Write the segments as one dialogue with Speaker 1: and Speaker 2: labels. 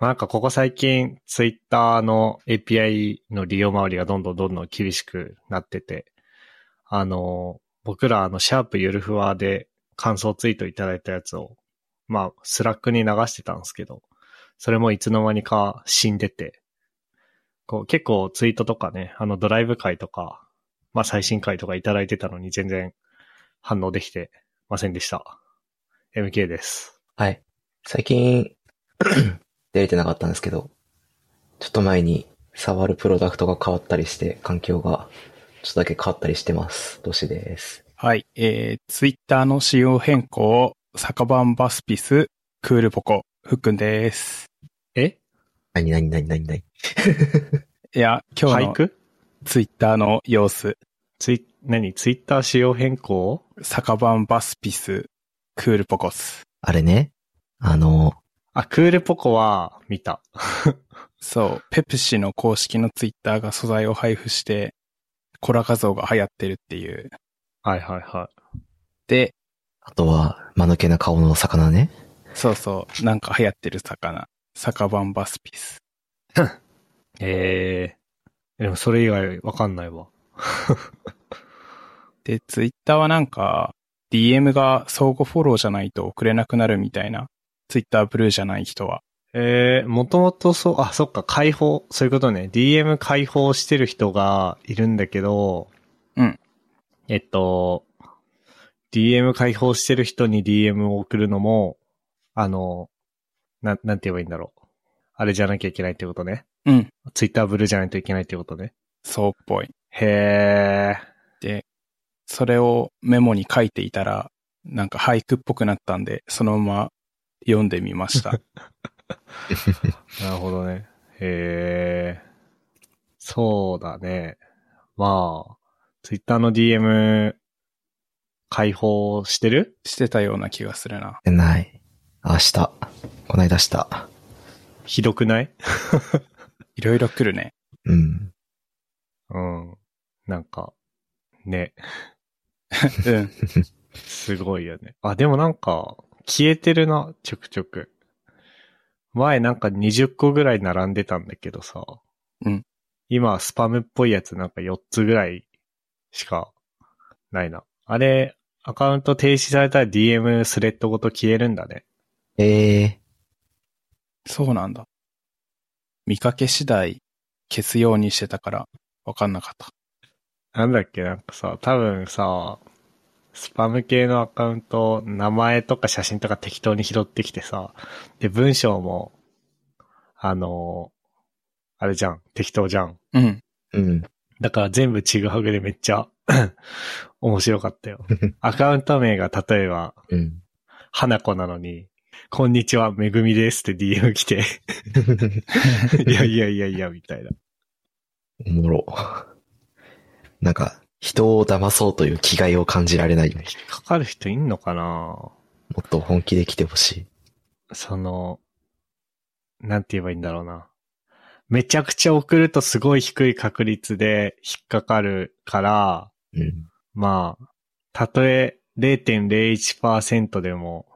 Speaker 1: なんかここ最近、ツイッターの API の利用周りがどんどんどんどん厳しくなってて、あの、僕らあの、シャープゆるふわで感想ツイートいただいたやつを、まあ、スラックに流してたんですけど、それもいつの間にか死んでて、こう結構ツイートとかね、あのドライブ会とか、まあ最新回とかいただいてたのに全然反応できてませんでした。MK です。
Speaker 2: はい。最近、 出れてなかったんですけど、ちょっと前に触るプロダクトが変わったりして、環境がちょっとだけ変わったりしてます。どしです。
Speaker 3: はい。えー、ツイッターの仕様変更、酒版バスピス、クールポコ、ふっくんです。
Speaker 1: え
Speaker 2: なになになになになに
Speaker 3: いや、今日
Speaker 1: 俳
Speaker 3: の
Speaker 1: 句
Speaker 3: ツイッターの様子、
Speaker 1: ツイ、何ツイッター仕様変更
Speaker 3: 酒版バスピス、クールポコス。
Speaker 2: あれね。あの、
Speaker 1: あ、クールポコは見た。
Speaker 3: そう、ペプシの公式のツイッターが素材を配布して、コラ画像が流行ってるっていう。
Speaker 1: はいはいは
Speaker 3: で、
Speaker 2: あとは、間抜けな顔の魚 ね。
Speaker 3: そうそう、なんか流行ってる魚。酒版バスピス。
Speaker 1: い。えー、でもそれ以外わかんないわ。
Speaker 3: で、ツイッターはなんか、DM が相互フォローじゃないと送れなくなるみたいな。ツイッターブルーじゃない人は。
Speaker 1: えー、もともとそう、あ、そっか、解放、そういうことね。DM 解放してる人がいるんだけど、
Speaker 3: うん。
Speaker 1: えっと、DM 解放してる人に DM を送るのも、あの、なん、なんて言えばいいんだろう。あれじゃなきゃいけないってことね。
Speaker 3: うん。
Speaker 1: Twitter ブルーじゃないといけないってことね。
Speaker 3: そうっぽい。
Speaker 1: へー。
Speaker 3: それをメモに書いていたら、なんか俳句っぽくなったんで、そのまま読んでみま した。
Speaker 1: なるほどね。へえ。そうだね。まあ、ツイッターの DM 開放してる
Speaker 3: してたような気がするな。
Speaker 2: ない。明日。こないだした。
Speaker 1: ひどくない
Speaker 3: いろいろ来るね。
Speaker 2: うん。
Speaker 1: うん。なんか、ね。
Speaker 3: うん。
Speaker 1: すごいよね。あ、でもなんか、消えてるな、ちょくちょく。前なんか20個ぐらい並んでたんだけどさ。
Speaker 3: うん。
Speaker 1: 今、スパムっぽいやつなんか4つぐらいしかないな。あれ、アカウント停止されたら DM スレッドごと消えるんだね。
Speaker 2: ええ
Speaker 3: そうなんだ。見かけ次第消すようにしてたから、わかんなかった。
Speaker 1: なんだっけ、なんかさ、多分さ、スパム系のアカウント、名前とか写真とか適当に拾ってきてさ、で、文章も、あのあれじゃん、適当じゃん。
Speaker 3: うん。
Speaker 2: うん。
Speaker 1: だから全部ちぐはぐでめっちゃ 面白かったよ。 アカウント名が例えば、
Speaker 2: うん。
Speaker 1: 花子なのに、こんにちは、めぐみですって DM 来て、 いやいやいやいや、みたいな。
Speaker 2: おもろ。なんか、人を騙そうという気概を感じられないよね。
Speaker 1: 引っかかる人いんのかな
Speaker 2: もっと本気で来てほしい。
Speaker 1: その、なんて言えばいいんだろうな。めちゃくちゃ送るとすごい低い確率で引っかかるから、
Speaker 2: うん。
Speaker 1: まあ、たとえ0.01%でも、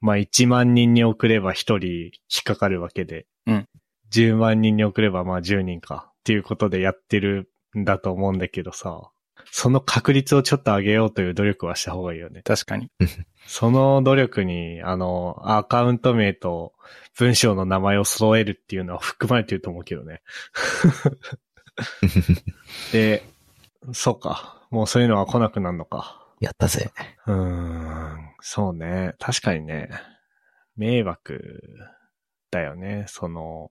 Speaker 1: まあ1万人に送れば1人引っかかるわけで、
Speaker 3: うん
Speaker 1: 10万人に送ればまあ10人かっていうことでやってるんだと思うんだけどさ、その確率をちょっと上げようという努力はした方がいいよね。
Speaker 3: 確かに。
Speaker 1: その努力に、あの、アカウント名と文章の名前を揃えるっていうのは含まれてると思うけどね。で、そうか。もうそういうのは来なくなるのか。
Speaker 2: やったぜ。
Speaker 1: うーん、そうね。確かにね。迷惑だよね。その、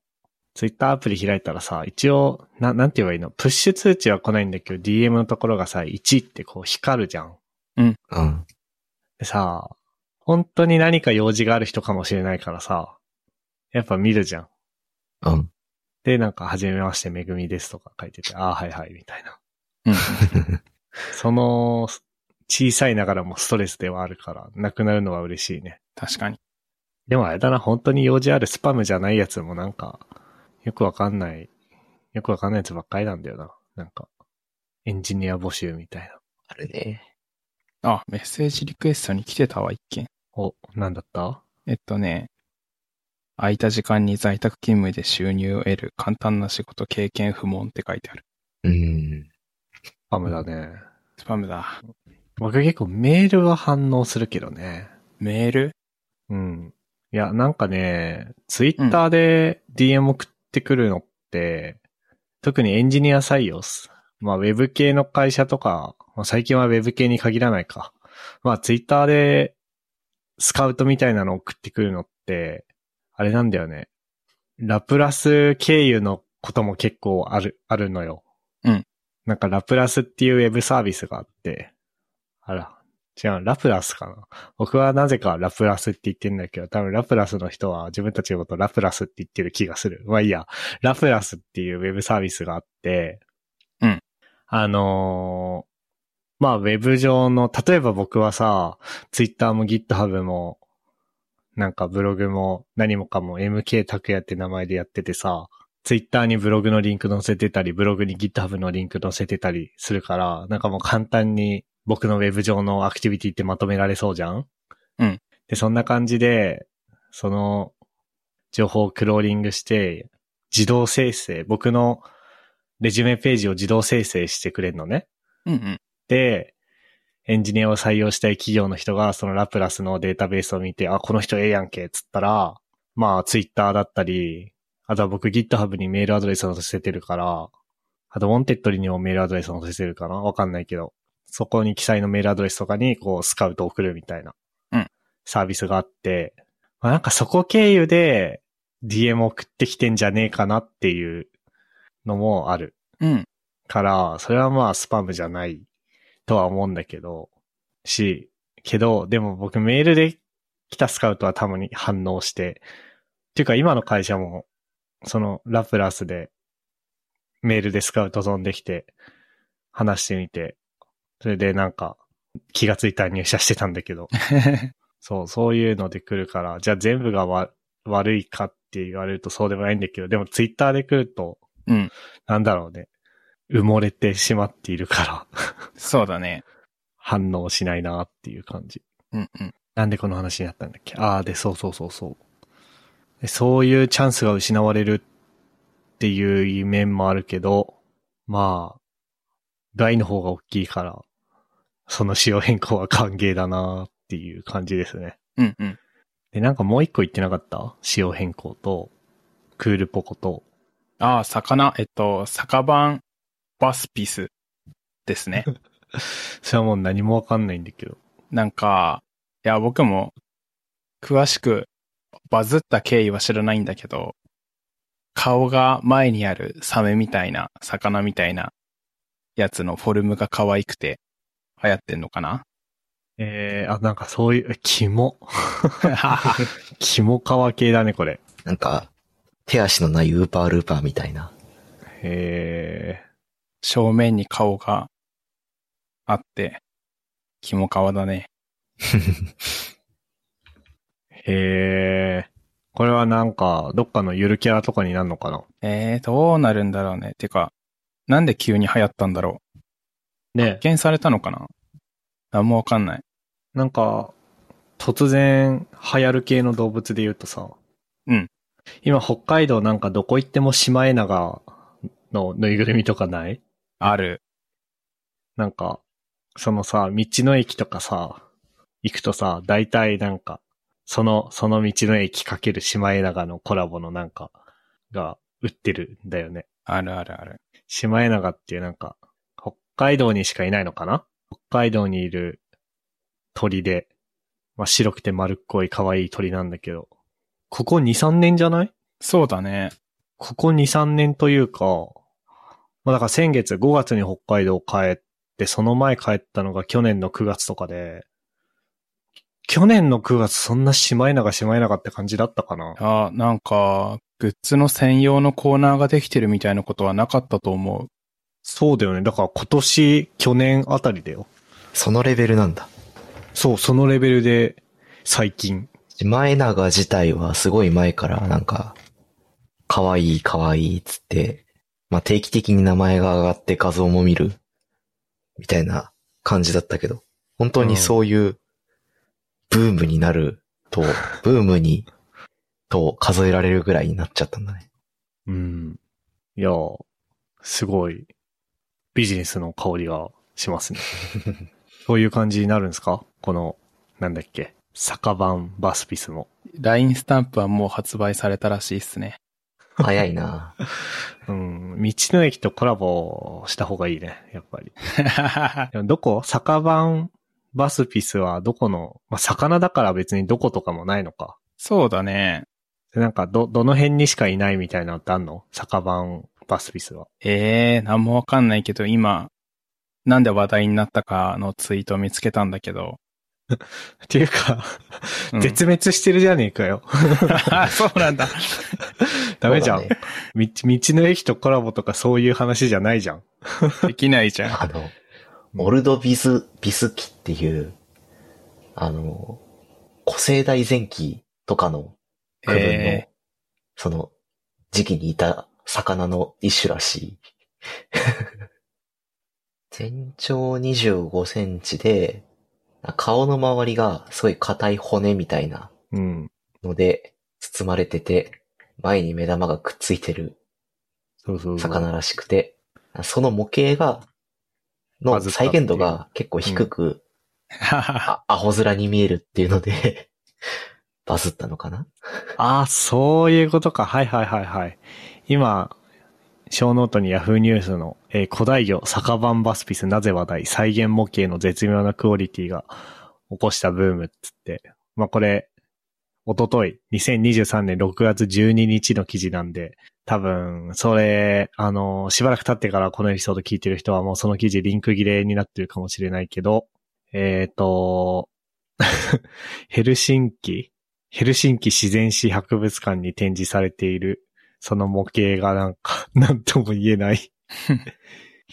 Speaker 1: ツイッターアプリ開いたらさ、一応、な、なんて言えばいいのプッシュ通知は来ないんだけど、DM のところがさ、1ってこう光るじゃん。
Speaker 2: うん。
Speaker 1: でさ、本当に何か用事がある人かもしれないからさ、やっぱ見るじゃん。
Speaker 2: うん。
Speaker 1: で、なんか、はじめまして、めぐみですとか書いてて、ああ、はいはい、みたいな。
Speaker 3: うん。
Speaker 1: その、小さいながらもストレスではあるから、なくなるのは嬉しいね。
Speaker 3: 確かに。
Speaker 1: でもあれだな、本当に用事あるスパムじゃないやつもなんか、よくわかんない、よくわかんないやつばっかりなんだよな。なんか、エンジニア募集みたいな。
Speaker 2: あるね。
Speaker 3: あ、メッセージリクエストに来てたわ、一件。
Speaker 1: お、なんだった
Speaker 3: えっとね、空いた時間に在宅勤務で収入を得る簡単な仕事経験不問って書いてある。
Speaker 2: うん。
Speaker 1: パムだね。
Speaker 3: スパムだ。
Speaker 1: 僕結構メールは反応するけどね。
Speaker 3: メール
Speaker 1: うん。いや、なんかね、ツイッターで DM 送ってくるのって、特にエンジニア採用っす。まあ、ウェブ系の会社とか、まあ、最近はウェブ系に限らないか。まあ、ツイッターでスカウトみたいなの送ってくるのって、あれなんだよね。ラプラス経由のことも結構ある、あるのよ。
Speaker 3: うん。
Speaker 1: なんかラプラスっていうウェブサービスがあって、あら、違う、ラプラスかな。僕はなぜかラプラスって言ってんだけど、多分ラプラスの人は自分たちのことラプラスって言ってる気がする。まあいいや、ラプラスっていうウェブサービスがあって、
Speaker 3: うん。
Speaker 1: あのーまあウェブ上の、例えば僕はさ、Twitter も GitHub も、なんかブログも何もかも MK 拓也って名前でやっててさ、Twitter にブログのリンク載せてたり、ブログに GitHub のリンク載せてたりするから、なんかもう簡単に僕のウェブ上のアクティビティってまとめられそうじゃん
Speaker 3: うん。
Speaker 1: で、そんな感じで、その情報をクローリングして、自動生成、僕のレジュメページを自動生成してくれるのね。
Speaker 3: うんうん。
Speaker 1: で、エンジニアを採用したい企業の人が、そのラプラスのデータベースを見て、あ、この人ええやんけ、つったら、まあ、ツイッターだったり、あとは僕 GitHub にメールアドレスを載せてるから、あと、ウォンテッドリにもメールアドレスを載せてるかなわかんないけど、そこに記載のメールアドレスとかに、こう、スカウトを送るみたいな、
Speaker 3: うん
Speaker 1: サービスがあって、まあ、なんかそこ経由で、DM 送ってきてんじゃねえかなっていうのもある。
Speaker 3: うん。
Speaker 1: から、それはまあスパムじゃないとは思うんだけど、し、けど、でも僕メールで来たスカウトはたまに反応して、っていうか今の会社も、そのラプラスでメールでスカウト飛んできて、話してみて、それでなんか気がついたら入社してたんだけど、そう、そういうので来るから、じゃあ全部がわ悪いかって言われるとそうでもないんだけど、でもツイッターで来ると、
Speaker 3: うん。
Speaker 1: なんだろうね。埋もれてしまっているから、
Speaker 3: そうだね。
Speaker 1: 反応しないなっていう感じ。
Speaker 3: うんうん。
Speaker 1: なんでこの話になったんだっけああ、で、そうそうそうそうで。そういうチャンスが失われるっていう面もあるけど、まあ、害の方が大きいから、その仕様変更は歓迎だなっていう感じですね。
Speaker 3: うんうん。
Speaker 1: で、なんかもう一個言ってなかった仕様変更と、クールポコと、
Speaker 3: ああ、魚、えっと、酒版バスピスです ね。
Speaker 1: それはもう何もわかんないんだけど。
Speaker 3: なんか、いや、僕も、詳しく、バズった経緯は知らないんだけど、顔が前にあるサメみたいな、魚みたいな、やつのフォルムが可愛くて、流行ってんのかな
Speaker 1: えー、あ、なんかそういう、 肝。 肝皮系だね、これ。
Speaker 2: なんか、手足のないウーパールーパーみたいな。
Speaker 1: え
Speaker 3: 正面に顔があって、肝皮だね。
Speaker 1: ー、えー、これはなんか、どっかのゆるキャラとかになるのかな
Speaker 3: えー、どうなるんだろうね。てか、なんで急に流行ったんだろう。
Speaker 1: ね
Speaker 3: 発見されたのかななんもわかんない。
Speaker 1: なんか、突然流行る系の動物で言うとさ。
Speaker 3: うん。
Speaker 1: 今、北海道なんかどこ行ってもシマエナガのぬいぐるみとかない
Speaker 3: ある。
Speaker 1: なんか、そのさ、道の駅とかさ、行くとさ、大体なんか、その、その道の駅かけるシマエナガのコラボのなんか、が売ってるんだよね。
Speaker 3: あるあるある。
Speaker 1: シマエナガっていうなんか、北海道にしかいないのかな北海道にいる鳥で、まあ、白くて丸っこい可愛い鳥なんだけど、ここ2、3年じゃない
Speaker 3: そうだね。
Speaker 1: ここ2、3年というか、まあだから先月5月に北海道帰って、その前帰ったのが去年の9月とかで、去年の9月そんなしまいながしまいながって感じだったかな
Speaker 3: あ、なんか、グッズの専用のコーナーができてるみたいなことはなかったと思う。
Speaker 1: そうだよね。だから今年、去年あたりだよ。
Speaker 2: そのレベルなんだ。
Speaker 1: そう、そのレベルで最近。
Speaker 2: シマエナガ自体はすごい前からなんか、可愛い可愛いっつって、まあ、定期的に名前が上がって画像も見る、みたいな感じだったけど、本当にそういうブームになると、ブームにと数えられるぐらいになっちゃったんだね。
Speaker 1: うん。いやー、すごいビジネスの香りがしますね。そういう感じになるんですかこの、なんだっけ、酒版バスピスも。
Speaker 3: LINE スタンプはもう発売されたらしいっ すね。
Speaker 2: 早いな
Speaker 1: うん、道の駅とコラボした方がいいね、やっぱり。でもどこ酒版バスピスはどこの、まあ、魚だから別にどことかもないのか。
Speaker 3: そうだね。
Speaker 1: でなんか、ど、どの辺にしかいないみたいなのってあんの酒版バスピスは。
Speaker 3: ええー、なんもわかんないけど、今、なんで話題になったかのツイートを見つけたんだけど。
Speaker 1: っていうか、
Speaker 3: うん
Speaker 1: 絶滅してるじゃねえかよ。
Speaker 3: あ そうなんだ。
Speaker 1: ダメじゃん、
Speaker 2: そうだね
Speaker 1: 道。道の駅とコラボとかそういう話じゃないじゃん。
Speaker 3: できないじゃん。
Speaker 2: あの、モルドビス、ビス期っていう、あの、古生代前期とかの 区分の、
Speaker 3: え
Speaker 2: その、時期にいた魚の一種らしい。 全長25センチで、顔の周りがすごい硬い骨みたいな
Speaker 1: うん。
Speaker 2: ので包まれてて、前に目玉がくっついてる
Speaker 1: そうそうそう。
Speaker 2: 魚らしくて、その模型が、の
Speaker 1: バズった
Speaker 2: 再現度が結構低く、
Speaker 3: ー、
Speaker 2: あアホ面に見えるっていうので、 バズったのかな
Speaker 1: ああ、そういうことか。はいはいはいはい。今、小ノートに Yahoo ニュースの、えー古代魚、酒版バスピスなぜ話題、再現模型の絶妙なクオリティが起こしたブームっつって。まあこれ、おととい、2023年6月12日の記事なんで、多分、それ、あの、しばらく経ってからこのエピソード聞いてる人はもうその記事リンク切れになってるかもしれないけど、えっ、と、 ヘルシンキヘルシンキ自然史博物館に展示されている、その模型がなんか、 なんとも言えない。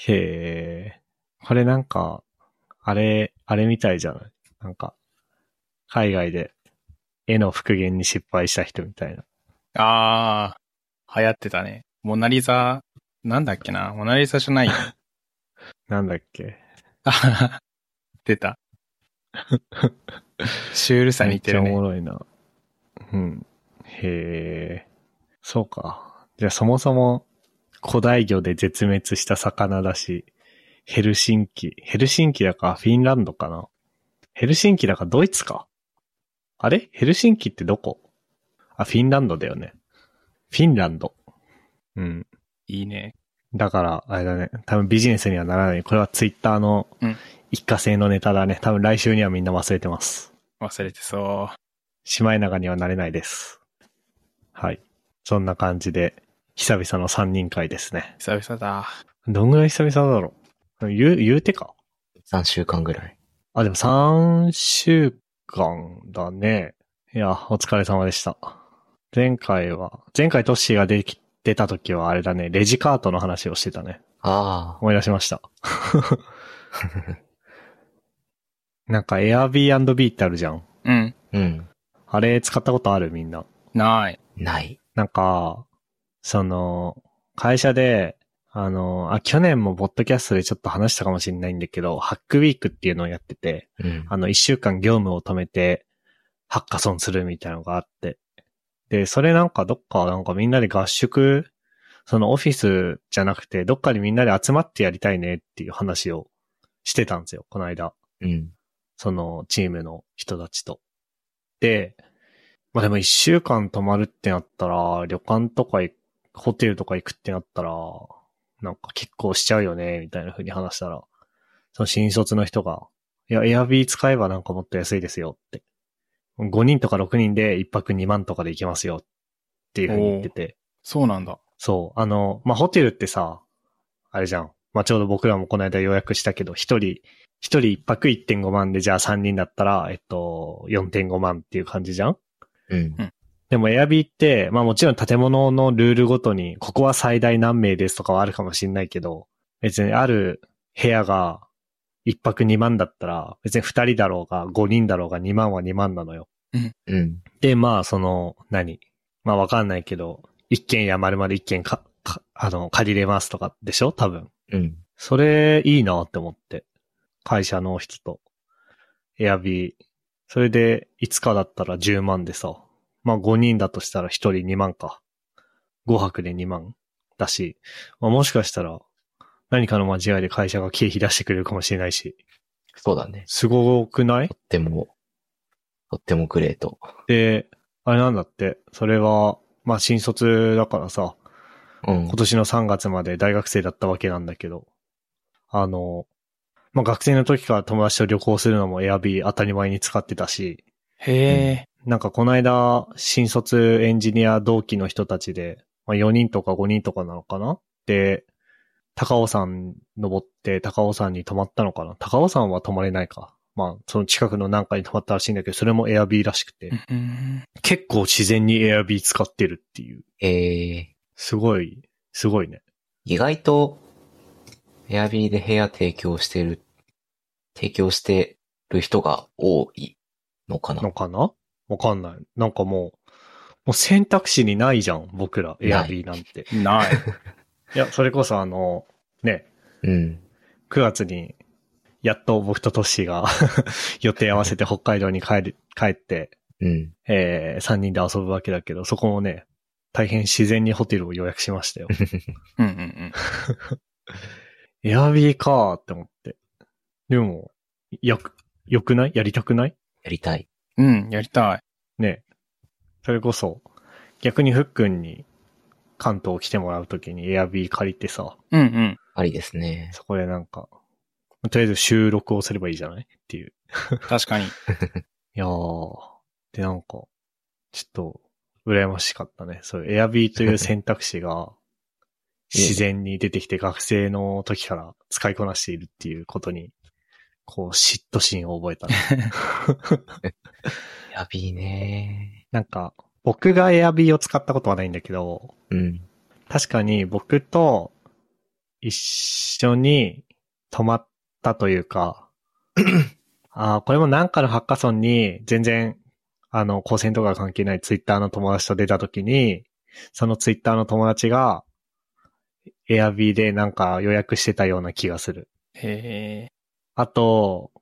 Speaker 1: へえ。これなんか、あれ、あれみたいじゃないなんか、海外で絵の復元に失敗した人みたいな。
Speaker 3: あー、流行ってたね。モナリザ、なんだっけなモナリザじゃな いよ。
Speaker 1: なんだっけ
Speaker 3: あはは出た。シュールさ似てる
Speaker 1: めっちゃお
Speaker 3: ね。
Speaker 1: もろいな。うん。へえ。そうか。じゃあそもそも古代魚で絶滅した魚だし、ヘルシンキ。ヘルシンキだかフィンランドかな。ヘルシンキだかドイツか。あれヘルシンキってどこあ、フィンランドだよね。フィンランド。うん。
Speaker 3: いいね。
Speaker 1: だから、あれだね。多分ビジネスにはならない。これはツイッターの
Speaker 3: うん
Speaker 1: 一過性のネタだね。多分来週にはみんな忘れてます。
Speaker 3: 忘れてそ
Speaker 1: シマエナガにはなれないです。はい。そんな感じで、久々の3人会ですね
Speaker 3: う。。久々だ。
Speaker 1: どんぐらい久々だろう言う、言うてか。
Speaker 2: ?3 週間ぐらい。
Speaker 1: あ、でも3週間だね。いや、お疲れ様でした。前回は、前回トッシーができ、出た時はあれだね、レジカートの話をしてたね。
Speaker 2: ああ、
Speaker 1: 思い出しました。 なんか Airbnb ってあるじゃん。
Speaker 3: うん。
Speaker 2: うん。
Speaker 1: あれ使ったことあるみんな。
Speaker 3: ない。
Speaker 2: ない。
Speaker 1: なんか、その、会社で、あの、あ、去年もポッドキャストでちょっと話したかもしれないんだけど、ハックウィークっていうのをやってて、
Speaker 2: うん。
Speaker 1: あの、一週間業務を止めて、ハッカソンするみたいなのがあって。で、それなんかどっか、なんかみんなで合宿、そのオフィスじゃなくて、どっかにみんなで集まってやりたいねっていう話をしてたんですよ、この間。
Speaker 2: うん。
Speaker 1: そのチームの人たちと。で、まあでも一週間泊まるってなったら、旅館とか行くホテルとか行くってなったら、なんか結構しちゃうよね、みたいな風に話したら、その新卒の人が、いや、エアビー使えばなんかもっと安いですよって。5人とか6人で1泊2万とかで行けますよっていう風に言ってて。
Speaker 3: そうなんだ。
Speaker 1: そう。あの、まあ、ホテルってさ、あれじゃん。まあ、ちょうど僕らもこの間予約したけど、一人、一人一泊1.5万で、じゃあ三人だったら、えっと、4.5万っていう感じじゃん
Speaker 2: うん。
Speaker 1: でも Airb って、まあもちろん建物のルールごとに、ここは最大何名ですとかはあるかもしれないけど、別にある部屋が一泊2万だったら、別に二人だろうが五人だろうが2万は2万なのよ。
Speaker 2: うん。
Speaker 1: で、まあ、その、何まあ、わかんないけど、一軒や丸々一軒か、か、あの、借りれますとかでしょ多分。
Speaker 2: うん。
Speaker 1: それ、いいなって思って。会社の人と、エアビー。それで、5日だったら10万でさ、まあ5人だとしたら1人2万か。5泊で2万だし、まあもしかしたら何かの間違いで会社が経費出してくれるかもしれないし、
Speaker 2: そうだね。
Speaker 1: すごくない
Speaker 2: とっても、とってもグレート。
Speaker 1: で、あれなんだって、それは、まあ新卒だからさ、
Speaker 2: うん
Speaker 1: 今。年の3月まで大学生だったわけなんだけど、あの、まあ、学生の時から友達と旅行するのも Airb 当たり前に使ってたし、
Speaker 3: へえ、
Speaker 1: なんかこの間、新卒エンジニア同期の人たちで、まあ、4人とか5人とかなのかなで、高尾山登って高尾山に泊まったのかな高尾山は泊まれないか。まあ、その近くのなんかに泊まったらしいんだけど、それも Airb らしくて、
Speaker 3: うんうん
Speaker 1: 結構自然に Airb 使ってるっていう。
Speaker 2: えー、
Speaker 1: すごい、すごいね。
Speaker 2: 意外と、エアビーで部屋提供してる、提供してる人が多いのかな。
Speaker 1: のかなわかんない。なんかもう、もう選択肢にないじゃん、僕ら、エアビーなんて。
Speaker 3: うんない。
Speaker 1: いや、それこそあの、ね、
Speaker 2: うん。
Speaker 1: 9月に、やっと僕とトッシーが 予定合わせて北海道に帰る、帰って、
Speaker 2: うん。
Speaker 1: えー、3人で遊ぶわけだけど、そこもね、大変自然にホテルを予約しましたよ。
Speaker 3: うんうんうん。
Speaker 1: エアビーかーって思って。でも、よく、よくないやりたくない
Speaker 2: やりたい。
Speaker 3: うん、やりたい。
Speaker 1: ねそれこそ、逆にふっくんに関東来てもらうときにエアビー借りてさ、
Speaker 3: うんうん。
Speaker 2: ありですね。
Speaker 1: そこでなんか、とりあえず収録をすればいいじゃないっていう。
Speaker 3: 確かに。
Speaker 1: いやー、でなんか、ちょっと、羨ましかったね。そういうエアビーという選択肢が、自然に出てきて学生の時から使いこなしているっていうことに、こう、嫉妬心を覚えたね。
Speaker 2: エアビーね。
Speaker 1: なんか、僕がエアビーを使ったことはないんだけど、
Speaker 2: うん。
Speaker 1: 確かに僕と一緒に泊まったというか、あーこれもなんかのハッカソンに全然、あの、高専とか関係ないツイッターの友達と出たときに、そのツイッターの友達が、エアビーでなんか予約してたような気がする。
Speaker 3: へえ、
Speaker 1: あと、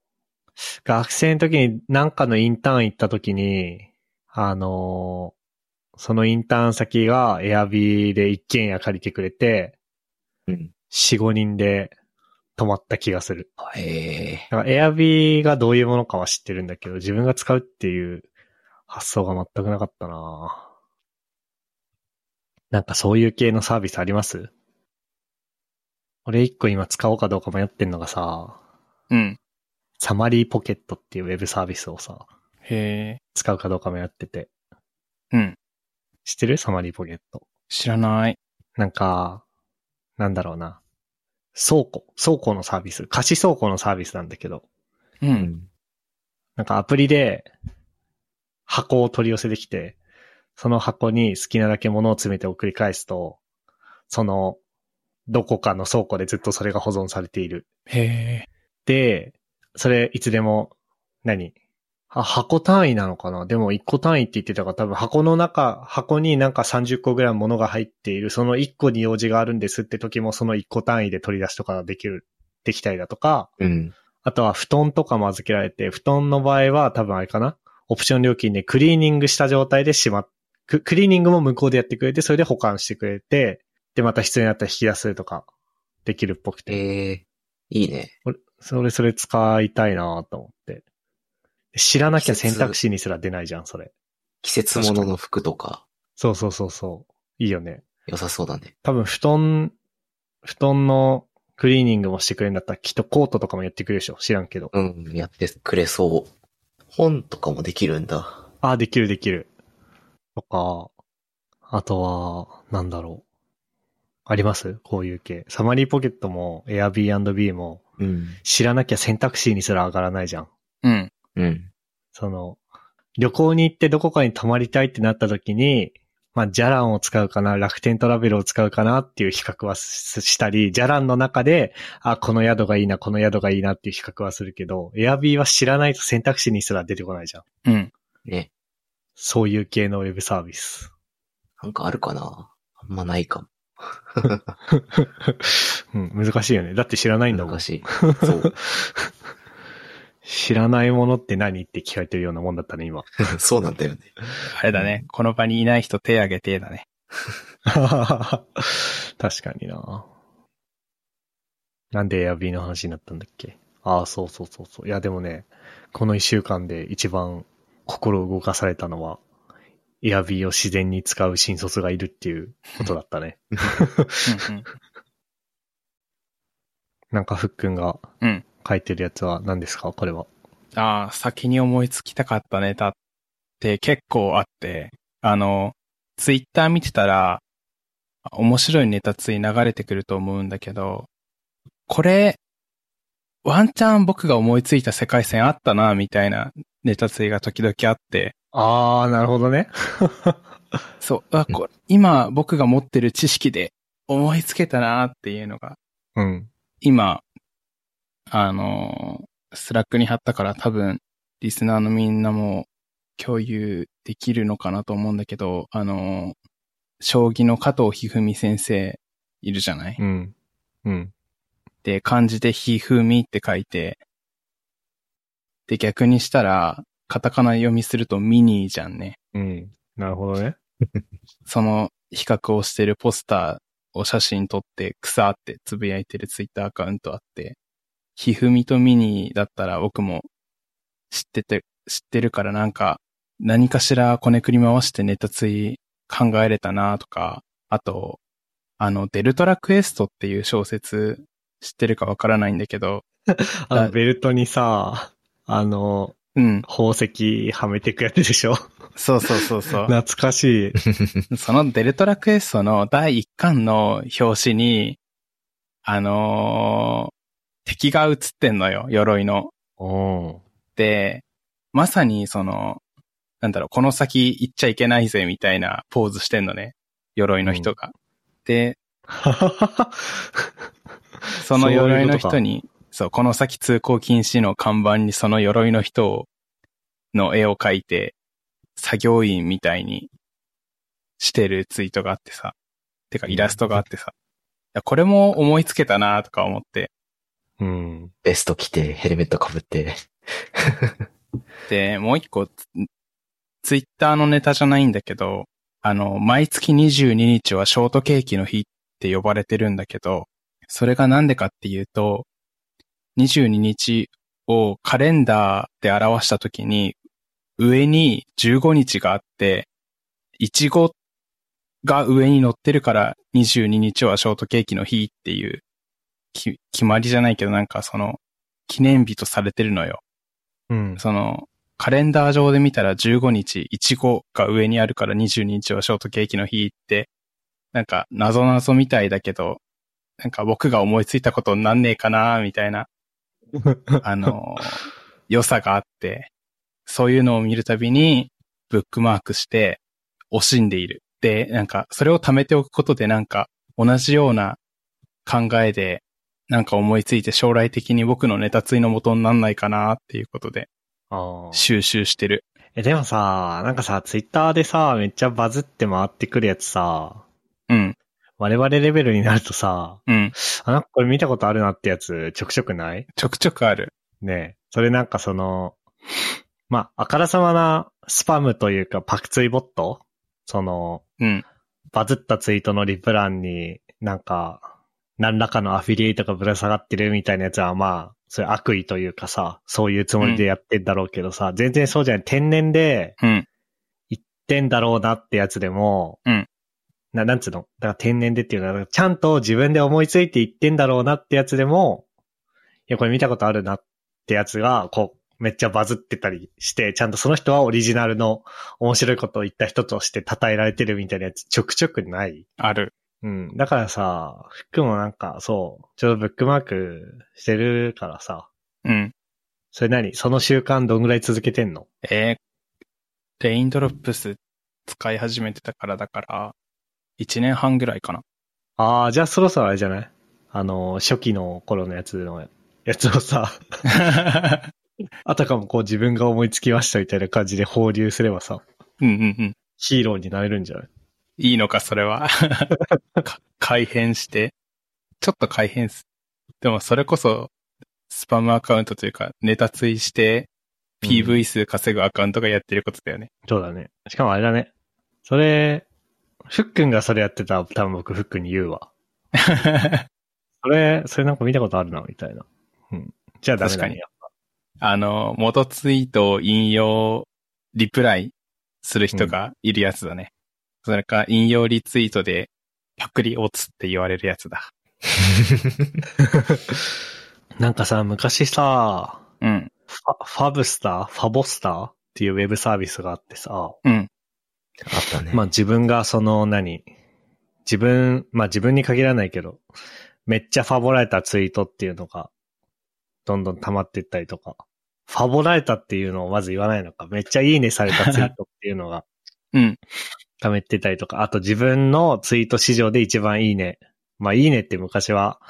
Speaker 1: 学生の時になんかのインターン行った時に、あのーそのインターン先がエアビーで一軒家借りてくれて、
Speaker 2: うん。
Speaker 1: 4、5人で泊まった気がする。
Speaker 2: へえ。
Speaker 1: だからエアビーがどういうものかは知ってるんだけど、自分が使うっていう発想が全くなかったななんかそういう系のサービスあります俺一個今使おうかどうか迷ってんのがさ、
Speaker 3: うん。
Speaker 1: サマリーポケットっていうウェブサービスをさ、
Speaker 3: へえ、
Speaker 1: 使うかどうかもやってて。
Speaker 3: うん。
Speaker 1: 知ってるサマリーポケット。
Speaker 3: 知らない。
Speaker 1: なんか、なんだろうな。倉庫、倉庫のサービス、貸し倉庫のサービスなんだけど、
Speaker 3: う。
Speaker 2: うんん。
Speaker 1: なんかアプリで箱を取り寄せてきて、その箱に好きなだけ物を詰めて送り返すと、その、どこかの倉庫でずっとそれが保存されている
Speaker 3: へえ、
Speaker 1: で、それいつでも、何あ、箱単位なのかなでも1個単位って言ってたから多分箱の中、箱になんか30個ぐらい物が入っている、その1個に用事があるんですって時もその1個単位で取り出しとかができる、できたりだとか、
Speaker 2: うん。
Speaker 1: あとは布団とかも預けられて、布団の場合は多分あれかなオプション料金でクリーニングした状態でしまっ、ククリーニングも向こうでやってくれて、それで保管してくれて、で、また必要になったら引き出すとか、できるっぽくて。
Speaker 2: へえ。いいね。
Speaker 1: 俺、それそれ使いたいなと思って。知らなきゃ選択肢にすら出ないじゃん、それ。
Speaker 2: 季節物の服とか、
Speaker 1: そうそうそうそう。いいよね。
Speaker 2: 良さそうだね。
Speaker 1: 多分布団、布団のクリーニングもしてくれるんだったら、きっとコートとかもやってくれるでしょ知らんけど。
Speaker 2: うん。やってくれそう。本とかもできるんだ。
Speaker 1: ああ、できるできる。とか、あとは、なんだろう。ありますこういう系。サマリーポケットも Airbnb も
Speaker 2: うん。
Speaker 1: 知らなきゃ選択肢にすら上がらないじゃん。
Speaker 3: うん。
Speaker 2: うん。
Speaker 1: その、旅行に行ってどこかに泊まりたいってなった時に、まあ、ジャランを使うかな、楽天トラベルを使うかなっていう比較はすしたり、ジャランの中で、あ、この宿がいいな、この宿がいいなっていう比較はするけど、エアビーは知らないと選択肢にすら出てこないじゃん。
Speaker 3: うん。
Speaker 2: ね。
Speaker 1: そういう系のウェブサービス。
Speaker 2: なんかあるかなあんまないかも。
Speaker 1: うん、難しいよね。だって知らないんだもん
Speaker 2: 難。しい。そう。
Speaker 1: 知らないものって何って聞かれてるようなもんだったね、今。
Speaker 2: そうなんだ よね。
Speaker 3: あれだね。この場にいない人手挙げてだね。
Speaker 1: 確かにな。なんで Airbnb の話になったんだっけああ、そうそうそうそう。いや、でもね、この一週間で一番心を動かされたのは、Airbnb を自然に使う新卒がいるっていうことだったね。
Speaker 3: うんうん
Speaker 1: なんか、ふっくんが
Speaker 3: うん
Speaker 1: 書いてるやつは何ですかこれは。
Speaker 3: ああ、先に思いつきたかったネタって結構あって、あの、ツイッター見てたら、面白いネタつい流れてくると思うんだけど、これ、ワンチャン僕が思いついた世界線あったな、みたいなネタついが時々あって、
Speaker 1: ああ、なるほどね。
Speaker 3: そう、あこ今僕が持ってる知識で思いつけたなっていうのが
Speaker 1: うん。
Speaker 3: 今、あの、スラックに貼ったから多分、リスナーのみんなも共有できるのかなと思うんだけど、あの、将棋の加藤ひふみ先生いるじゃない
Speaker 1: うん。うん。
Speaker 3: で、漢字でひふみって書いて、で、逆にしたら、カタカナ読みするとミニーじゃんね。
Speaker 1: うん。なるほどね。
Speaker 3: その比較をしてるポスターを写真撮って、草ってつぶやいてるツイッターアカウントあって、ひふみとミニだったら僕も知ってて、知ってるからなんか、何かしらこねくり回してネタつい考えれたなとか、あと、あの、デルトラクエストっていう小説知ってるかわからないんだけど、
Speaker 1: あ
Speaker 3: だ
Speaker 1: の、ベルトにさ、あの、
Speaker 3: うん、
Speaker 1: 宝石はめていくやつでし ょ
Speaker 3: そうそうそうそう。
Speaker 1: 懐かしい。
Speaker 3: そのデルトラクエストの第1巻の表紙に、あのー敵が映ってんのよ、鎧の。
Speaker 1: お
Speaker 3: で、まさにその、なんだろう、この先行っちゃいけないぜ、みたいなポーズしてんのね。鎧の人が。で、 その鎧の人に、そう、この先通行禁止の看板にその鎧の人を、の絵を描いて、作業員みたいにしてるツイートがあってさ、てかイラストがあってさ、いやこれも思いつけたなとか思って、
Speaker 1: うん。
Speaker 2: ベスト着て、ヘルメット被 って。
Speaker 3: で、もう一個、ツツイッターのネタじゃないんだけど、あの、毎月22日はショートケーキの日って呼ばれてるんだけど、それがなんでかっていうと、22日をカレンダーで表したときに、上に15日があって、いちごが上に乗ってるから22日はショートケーキの日っていう、き決まりじゃないけどなんかその、記念日とされてるのよ。
Speaker 1: うん。
Speaker 3: その、カレンダー上で見たら15日、15が上にあるから22日はショートケーキの日って、なんか、謎謎みたいだけど、なんか僕が思いついたことになんねえかなみたいな、あの、良さがあって、そういうのを見るたびに、ブックマークして、惜しんでいる。で、なんか、それを貯めておくことで、なんか、同じような考えで、なんか思いついて将来的に僕のネタついの元になんないかなっていうことで、
Speaker 1: あー
Speaker 3: 収集してる。
Speaker 1: え、でもさ、なんかさ、ツイッターでさ、めっちゃバズって回ってくるやつさ、
Speaker 3: うん、
Speaker 1: 我々レベルになるとさ、
Speaker 3: うん。
Speaker 1: あ、なんかこれ見たことあるなってやつ、ちょくちょくない
Speaker 3: ちょくちょくある。
Speaker 1: ねえそれなんかその、まあ、あからさまなスパムというか、パクツイボットその、
Speaker 3: うん、
Speaker 1: バズったツイートのリプ欄に、なんか、何らかのアフィリエイトがぶら下がってるみたいなやつは、まあ、それ悪意というかさ、そういうつもりでやってんだろうけどさ、全然そうじゃない。天然で
Speaker 3: うん、
Speaker 1: 言ってんだろうなってやつでも、
Speaker 3: うん
Speaker 1: な、なんつうのだから天然でっていうのは、ちゃんと自分で思いついて言ってんだろうなってやつでも、いや、これ見たことあるなってやつが、こう、めっちゃバズってたりして、ちゃんとその人はオリジナルの面白いことを言った人として称えられてるみたいなやつちょくちょくない
Speaker 3: ある。
Speaker 1: うん。だからさ、服もなんか、そう、ちょうどブックマークしてるからさ、
Speaker 3: うん。
Speaker 1: それ何その習慣どんぐらい続けてんの
Speaker 3: えーレインドロップス使い始めてたからだから、1年半ぐらいかな。
Speaker 1: ああ、じゃあそろそろあれじゃないあの、初期の頃のやつのやつをさ、 あたかもこう自分が思いつきましたみたいな感じで放流すればさ、
Speaker 3: うんうんうん。
Speaker 1: ヒーローになれるんじゃない
Speaker 3: いいのか、それ は。か改変して。ちょっと改変す。でもそれこそ、スパムアカウントというか、ネタ追して、PV 数稼ぐアカウントがやってることだよね。
Speaker 1: そうだね。しかもあれだね。それ、ふっくんがそれやってたら多分僕ふっくんに言うわ。それ、それなんか見たことあるな、みたいな。うん。じゃあダメだ
Speaker 3: 確かに
Speaker 1: ね。やっぱ
Speaker 3: あの、元ツイートを引用、リプライする人がいるやつだね。それか、引用リツイートで、パクリオツって言われるやつだ。
Speaker 1: なんかさ、昔さ、
Speaker 3: うん。
Speaker 1: ファファブスターファボスターっていうウェブサービスがあってさ、
Speaker 3: うん。
Speaker 2: あったね。
Speaker 1: まあ自分がその何、自分、まあ自分に限らないけど、めっちゃファボられたツイートっていうのが、どんどん溜まっていったりとか、ファボられたっていうのをまず言わないのか、めっちゃいいねされたツイートっていうのが
Speaker 3: うん。
Speaker 1: 溜めてたりとか、あと自分のツイート史上で一番いいね。まあいいねって昔は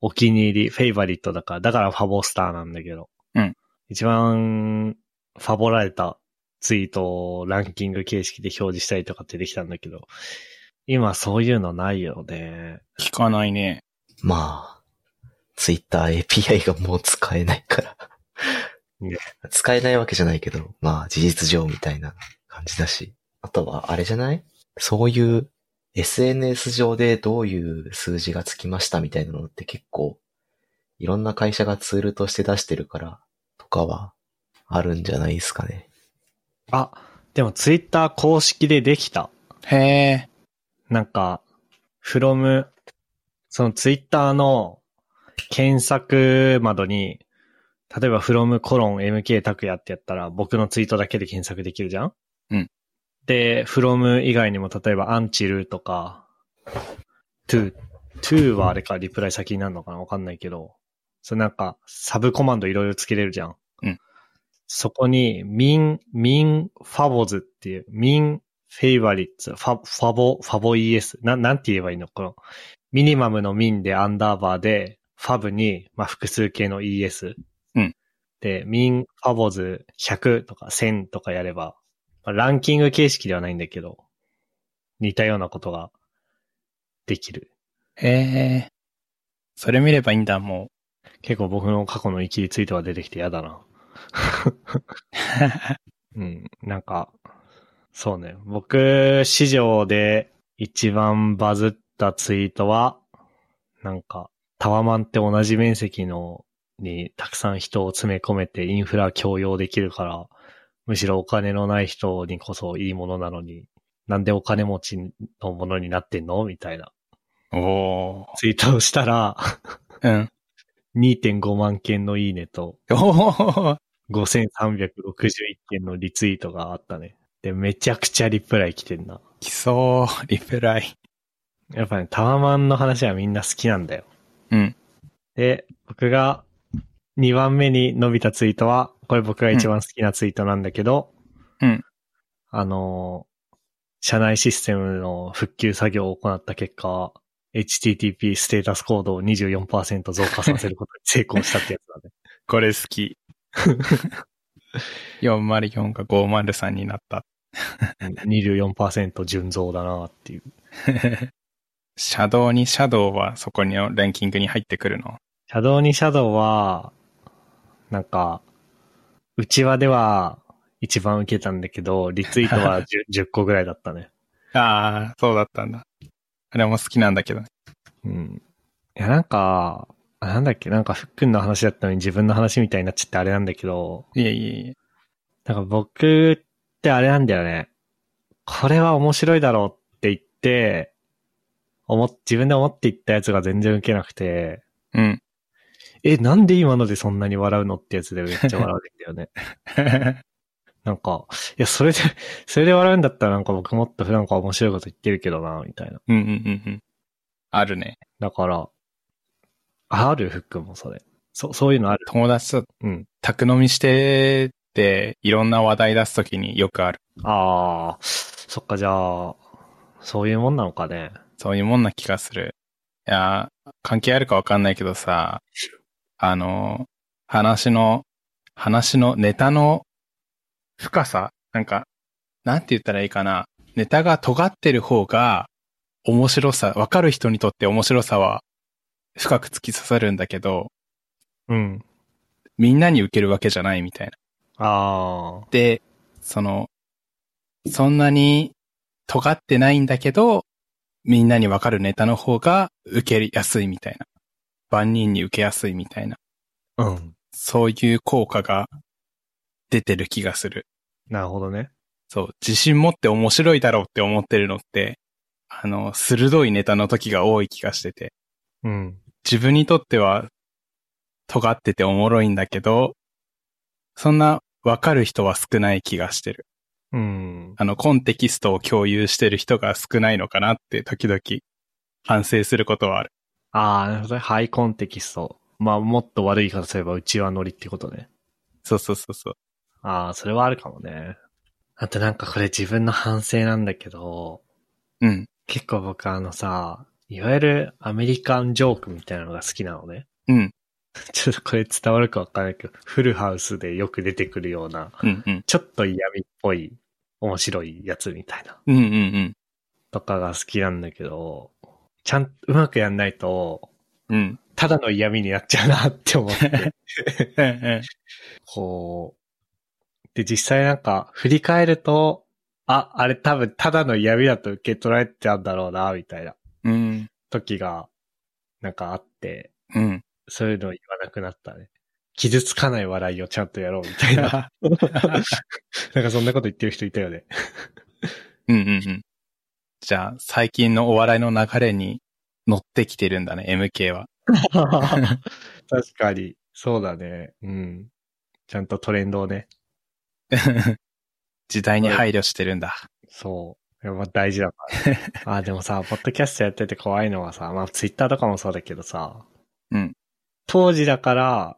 Speaker 1: お気に入り、フェイバリットだから、だからファボスターなんだけど。
Speaker 3: うん
Speaker 1: 一番ファボられたツイートをランキング形式で表示したりとかってできたんだけど、今そういうのないよね。
Speaker 3: 聞かないね。
Speaker 2: まあ、ツイッター API がもう使えないから
Speaker 1: ね。
Speaker 2: 使えないわけじゃないけど、まあ事実上みたいな感じだし。あとはあれじゃないそういう SNS 上でどういう数字がつきましたみたいなのって結構いろんな会社がツールとして出してるからとかはあるんじゃないですかね。
Speaker 1: あ、でもツイッター公式でできた。
Speaker 3: へえ。
Speaker 1: なんか、from、そのツイッターの検索窓に、例えば from コロン mk 拓也ってやったら僕のツイートだけで検索できるじゃん
Speaker 3: うん。
Speaker 1: で、from 以外にも例えばアンチルとか、to、to はあれかリプライ先になるのかなわかんないけど、それなんかサブコマンドいろいろつけれるじゃん。
Speaker 3: うん。
Speaker 1: そこに min, min ファボズっていう、min フェイバリッツ、ファ、ファボ、ファボ ES。な、なんて言えばいいのこの、ミニマムのミンでアンダーバーで、ファブに、まあ、複数形の ES。
Speaker 3: うん。
Speaker 1: で、ミン、ファボズ100とか1000とかやれば、まあ、ランキング形式ではないんだけど、似たようなことができる。
Speaker 3: へえ。それ見ればいいんだ、もう。
Speaker 1: 結構僕の過去の生きりツイートが出てきて嫌だな。うん、なんか、そうね。僕、史上で一番バズったツイートは、なんか、タワマンって同じ面積の、にたくさん人を詰め込めてインフラ強要できるから、むしろお金のない人にこそいいものなのに、なんでお金持ちのものになってんのみたいな
Speaker 3: お
Speaker 1: ツイートをしたら、
Speaker 3: ー。うん。
Speaker 1: 2.5万件のいいねと、
Speaker 3: おー。
Speaker 1: 5361件のリツイートがあったね。で、めちゃくちゃリプライ来てんな。
Speaker 3: 来そう。リプライ。
Speaker 1: やっぱね、タワマンの話はみんな好きなんだよ。
Speaker 3: うん。
Speaker 1: で、僕が2番目に伸びたツイートは、これ僕が一番好きなツイートなんだけど、
Speaker 3: うん。
Speaker 1: あのー社内システムの復旧作業を行った結果、HTTP ステータスコードを24%増加させることに成功したってやつだ ね。
Speaker 3: これ好き。404が503になった。
Speaker 1: 24%純増だなっていう。
Speaker 3: シャドウにシャドウはそこにのランキングに入ってくるの。
Speaker 1: シャドウにシャドウは、なんか、うちわでは一番受けたんだけど、リツイートは 10, 10個ぐらいだったね。
Speaker 3: ああ、そうだったんだ。あれも好きなんだけどね。
Speaker 1: うん。いや、なんか、あなんだっけ、なんかふっくんの話だったのに自分の話みたいになっちゃってあれなんだけど、
Speaker 3: いえいえいえ。
Speaker 1: なんか僕ってあれなんだよね。これは面白いだろうって言って、思っ、自分で思って言ったやつが全然受けなくて、
Speaker 3: うん。
Speaker 1: え、なんで今のでそんなに笑うのってやつでめっちゃ笑うんだよね。なんか、いや、それで、それで笑うんだったらなんか僕もっと普段から面白いこと言ってるけどな、みたいな。
Speaker 3: うんうんうんうん。あるね。
Speaker 1: だから、あるフックもそれ。そ、そういうのある。
Speaker 3: 友達と
Speaker 1: うん。
Speaker 3: 宅飲みしてって、いろんな話題出すときによくある。
Speaker 1: ああ、そっか、じゃあ、そういうもんなのかね。
Speaker 3: そういうもんな気がする。いやー、関係あるかわかんないけどさ、あのー、話の、話のネタの深さなんか、なんて言ったらいいかな。ネタが尖ってる方が、面白さ、わかる人にとって面白さは深く突き刺さるんだけど、
Speaker 1: うん。
Speaker 3: みんなに受けるわけじゃないみたいな。
Speaker 1: ああ。
Speaker 3: で、その、そんなに尖ってないんだけど、みんなにわかるネタの方が受けやすいみたいな。万人に受けやすいみたいな。
Speaker 1: うん。
Speaker 3: そういう効果が出てる気がする。
Speaker 1: なるほどね。
Speaker 3: そう、自信持って面白いだろうって思ってるのって、あの、鋭いネタの時が多い気がしてて。
Speaker 1: うん。
Speaker 3: 自分にとっては尖ってておもろいんだけど、そんなわかる人は少ない気がしてる。
Speaker 1: うん。
Speaker 3: あの、コンテキストを共有してる人が少ないのかなって時々反省することはある。
Speaker 1: ああ、なるほどね。ハイコンテキスト。まあ、もっと悪い言い方すれば、うちはノリってことね。
Speaker 3: そうそうそうそう。
Speaker 1: ああ、それはあるかもね。あとなんかこれ自分の反省なんだけど、
Speaker 3: うん。
Speaker 1: 結構僕あのさ、いわゆるアメリカンジョークみたいなのが好きなのね。
Speaker 3: うん。
Speaker 1: ちょっとこれ伝わるかわかんないけど、フルハウスでよく出てくるような、
Speaker 3: うんうん。
Speaker 1: ちょっと嫌味っぽい、面白いやつみたいな、
Speaker 3: うんうんうん。
Speaker 1: とかが好きなんだけど、ちゃん、うまくやんないと、
Speaker 3: うん。
Speaker 1: ただの嫌味になっちゃうなって思って。
Speaker 3: うんうん
Speaker 1: こう、で、実際なんか、振り返ると、あ、あれ多分ただの嫌味だと受け取られちゃうんだろうな、みたいな
Speaker 3: うん。
Speaker 1: 時が、なんかあって、
Speaker 3: うん。
Speaker 1: そういうのを言わなくなったね。傷つかない笑いをちゃんとやろう、みたい な。なんかそんなこと言ってる人いたよね。
Speaker 3: うんうんうん。じゃあ、最近のお笑いの流れに乗ってきてるんだね、MK は。
Speaker 1: 確かに。そうだね。うん。ちゃんとトレンドをね。
Speaker 3: 時代に配慮してるんだ。
Speaker 1: そう。やっぱ大事だ から。あ、でもさ、ポッドキャストやってて怖いのはさ、まあツイッターとかもそうだけどさ、
Speaker 3: うん。
Speaker 1: 当時だから、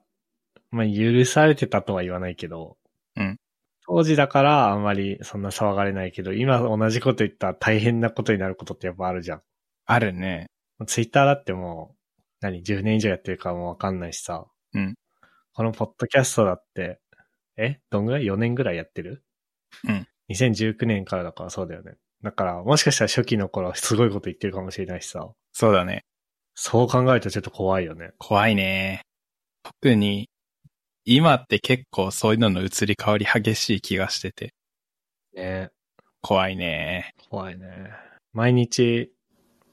Speaker 1: まあ許されてたとは言わないけど、
Speaker 3: うん。
Speaker 1: 当時だからあんまりそんな騒がれないけど、今同じこと言ったら大変なことになることってやっぱあるじゃん。
Speaker 3: あるね。
Speaker 1: ツイッターだってもう、何、10年以上やってるからもうわかんないしさ。
Speaker 3: うん。
Speaker 1: このポッドキャストだって、えどんぐらい ?4 年ぐらいやってる
Speaker 3: うん。
Speaker 1: 2019年からだからそうだよね。だから、もしかしたら初期の頃はすごいこと言ってるかもしれないしさ。
Speaker 3: そうだね。
Speaker 1: そう考えるとちょっと怖いよね。
Speaker 3: 怖いね。特に、今って結構そういうのの移り変わり激しい気がしてて、
Speaker 1: ね
Speaker 3: 怖いね。
Speaker 1: 怖いね。毎日、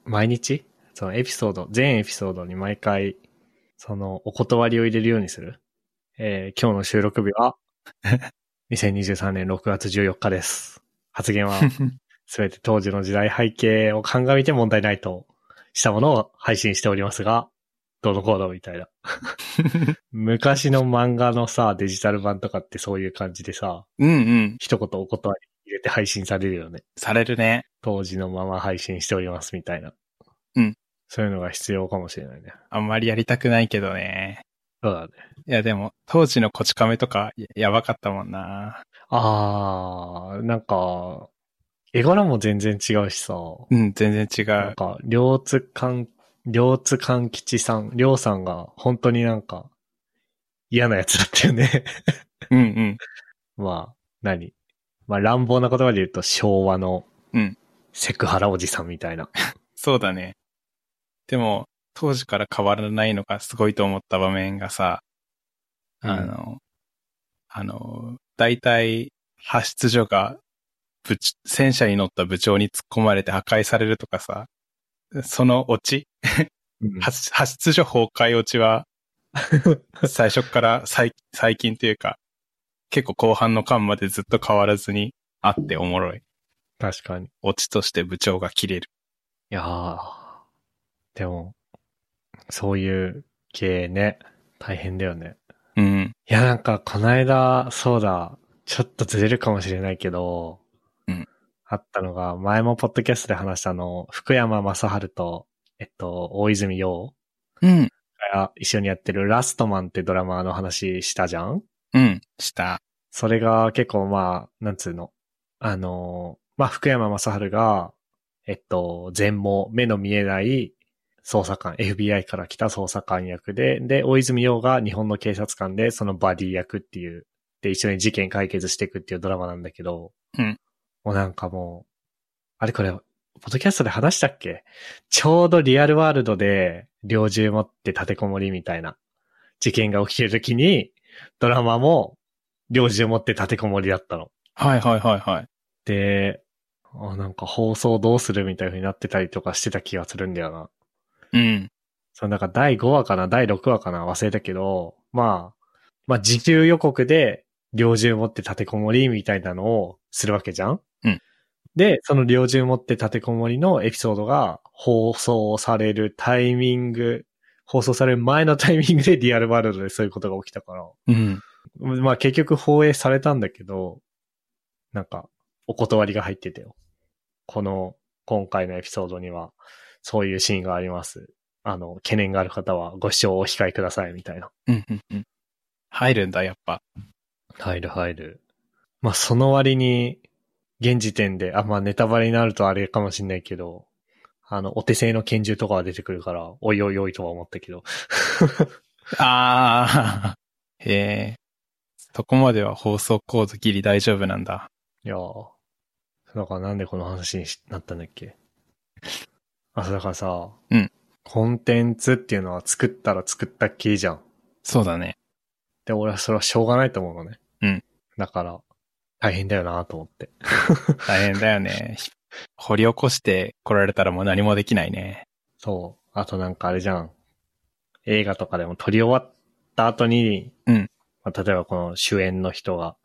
Speaker 1: 毎日そのエピソード、全エピソードに毎回、その、お断りを入れるようにする。えー今日の収録日は、2023年6月14日です。発言 は、すべて当時の時代背景を鑑みて問題ないとしたものを配信しておりますが、どうのこうのみたいな。昔の漫画のさ、デジタル版とかってそういう感じでさ、
Speaker 3: うんうん。
Speaker 1: 一言お断り入れて配信されるよね。
Speaker 3: されるね。
Speaker 1: 当時のまま配信しておりますみたいな。
Speaker 3: うん。
Speaker 1: そういうのが必要かもしれないね。
Speaker 3: あんまりやりたくないけどね。
Speaker 1: そうだね。
Speaker 3: いやでも、当時のこち亀とかややばかったもんな。
Speaker 1: あー、なんか、絵柄も全然違うしさ、
Speaker 3: うん、全然違
Speaker 1: なん
Speaker 3: う。
Speaker 1: か、両津勘、両津勘吉さん、両さんが本当になんか嫌なやつだったよね。
Speaker 3: うんうん。
Speaker 1: まあ、何まあ乱暴な言葉で言うと昭和の
Speaker 3: うん
Speaker 1: セクハラおじさんみたいな。
Speaker 3: そうだね。でも、当時から変わらないのがすごいと思った場面がさ、あの、あの、大体、派出所が、部長戦車に乗った部長に突っ込まれて破壊されるとかさ、そのオチ、
Speaker 1: うん
Speaker 3: 派出派出所崩壊オ チは、最初から最最近というか、結構後半の間までずっと変わらずにあっておもろい。
Speaker 1: 確かに。い
Speaker 3: オチとして部長が切れる。
Speaker 1: やーでも、そういう系ね、大変だよね。
Speaker 3: うん。
Speaker 1: いや、なんか、この間、そうだ、ちょっとずれるかもしれないけど、
Speaker 3: うん
Speaker 1: あったのが、前もポッドキャストで話したあの、福山雅治と、えっと、大泉洋
Speaker 3: うん。
Speaker 1: が一緒にやってるラストマンってドラマの話したじゃん
Speaker 3: うん。した。
Speaker 1: それが結構まあ、なんつうの。あのー、まあ、福山雅治が、えっと、全盲、目の見えない捜査官、FBI から来た捜査官役で、で、大泉洋が日本の警察官で、そのバディ役っていう、で、一緒に事件解決していくっていうドラマなんだけど、
Speaker 3: うん
Speaker 1: もうなんかもう、あれこれ、ポッドキャストで話したっけちょうどリアルワールドで、猟銃持って立てこもりみたいな事件が起きてるときに、ドラマも、領事を持って立てこもりだったの。
Speaker 3: はいはいはいはい。
Speaker 1: で、あなんか放送どうするみたいな風になってたりとかしてた気がするんだよな。
Speaker 3: うん。
Speaker 1: そのなんか第5話かな、第6話かな、忘れたけど、まあ、まあ時給予告で、猟銃持って立てこもりみたいなのをするわけじゃん
Speaker 3: うん。
Speaker 1: で、その猟銃持って立てこもりのエピソードが放送されるタイミング、放送される前のタイミングでリアルワールドでそういうことが起きたから、
Speaker 3: うん。
Speaker 1: まあ結局放映されたんだけど、なんか、お断りが入ってたよ。この、今回のエピソードには、そういうシーンがあります。あの、懸念がある方はご視聴お控えください、みたいな。
Speaker 3: うんうんうん。入るんだ、やっぱ。
Speaker 1: 入る入る。まあその割に、現時点で、あ、まあネタバレになるとあれかもしんないけど、あの、お手製の拳銃とかは出てくるから、おいおいおいとは思ったけど。
Speaker 3: ああ。 へえ。そこまでは放送コードギリ大丈夫なんだ。
Speaker 1: いやー。だからなんでこの話にしなったんだっけあ、そうだからさ、
Speaker 3: うん
Speaker 1: コンテンツっていうのは作ったら作ったっきりじゃん。
Speaker 3: そうだね。
Speaker 1: で、俺はそれはしょうがないと思うのね。
Speaker 3: うん。
Speaker 1: だから、大変だよなと思って。
Speaker 3: 大変だよね。 掘り起こして来られたらもう何もできないね。
Speaker 1: そう。あとなんかあれじゃん。映画とかでも撮り終わった後に、
Speaker 3: うん
Speaker 1: まあ、例えばこの主演の人が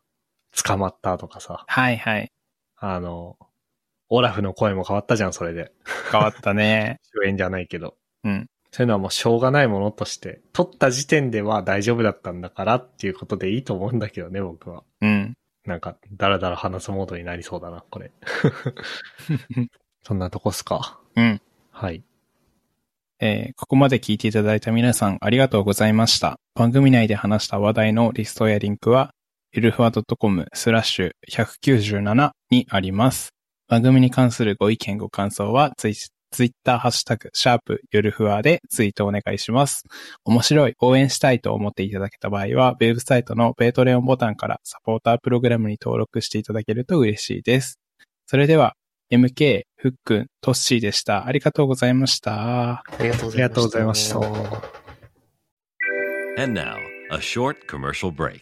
Speaker 1: 捕まったとかさ、
Speaker 3: はいはい。
Speaker 1: あの、オラフの声も変わったじゃん、それで。
Speaker 3: 変わったね。
Speaker 1: 主演じゃないけど。
Speaker 3: うん。
Speaker 1: そういうのはもうしょうがないものとして、取った時点では大丈夫だったんだからっていうことでいいと思うんだけどね、僕は。
Speaker 3: うん。
Speaker 1: なんか、だらだら話すモードになりそうだな、これ。そんなとこっすか。
Speaker 3: うん。
Speaker 1: はい。
Speaker 3: えーここまで聞いていただいた皆さんありがとうございました。番組内で話した話題のリストやリンクは、ゆるふわ .com スラッシュ197にあります。番組に関するご意見ご感想はツイ、ツイッターハッシュタグ、シャープゆるふわでツイートお願いします。面白い、応援したいと思っていただけた場合は、ウェブサイトのペイトレオンボタンからサポータープログラムに登録していただけると嬉しいです。それでは、MK、ふっくん、トッシーでした。ありがとうございました。
Speaker 2: ありがとう
Speaker 1: ありがとうございました。
Speaker 4: And now, a short commercial break.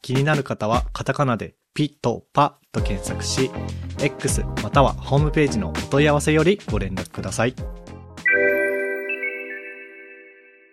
Speaker 5: 気になる方はカタカナでピトパと検索し X またはホームページのお問い合わせよりご連絡ください。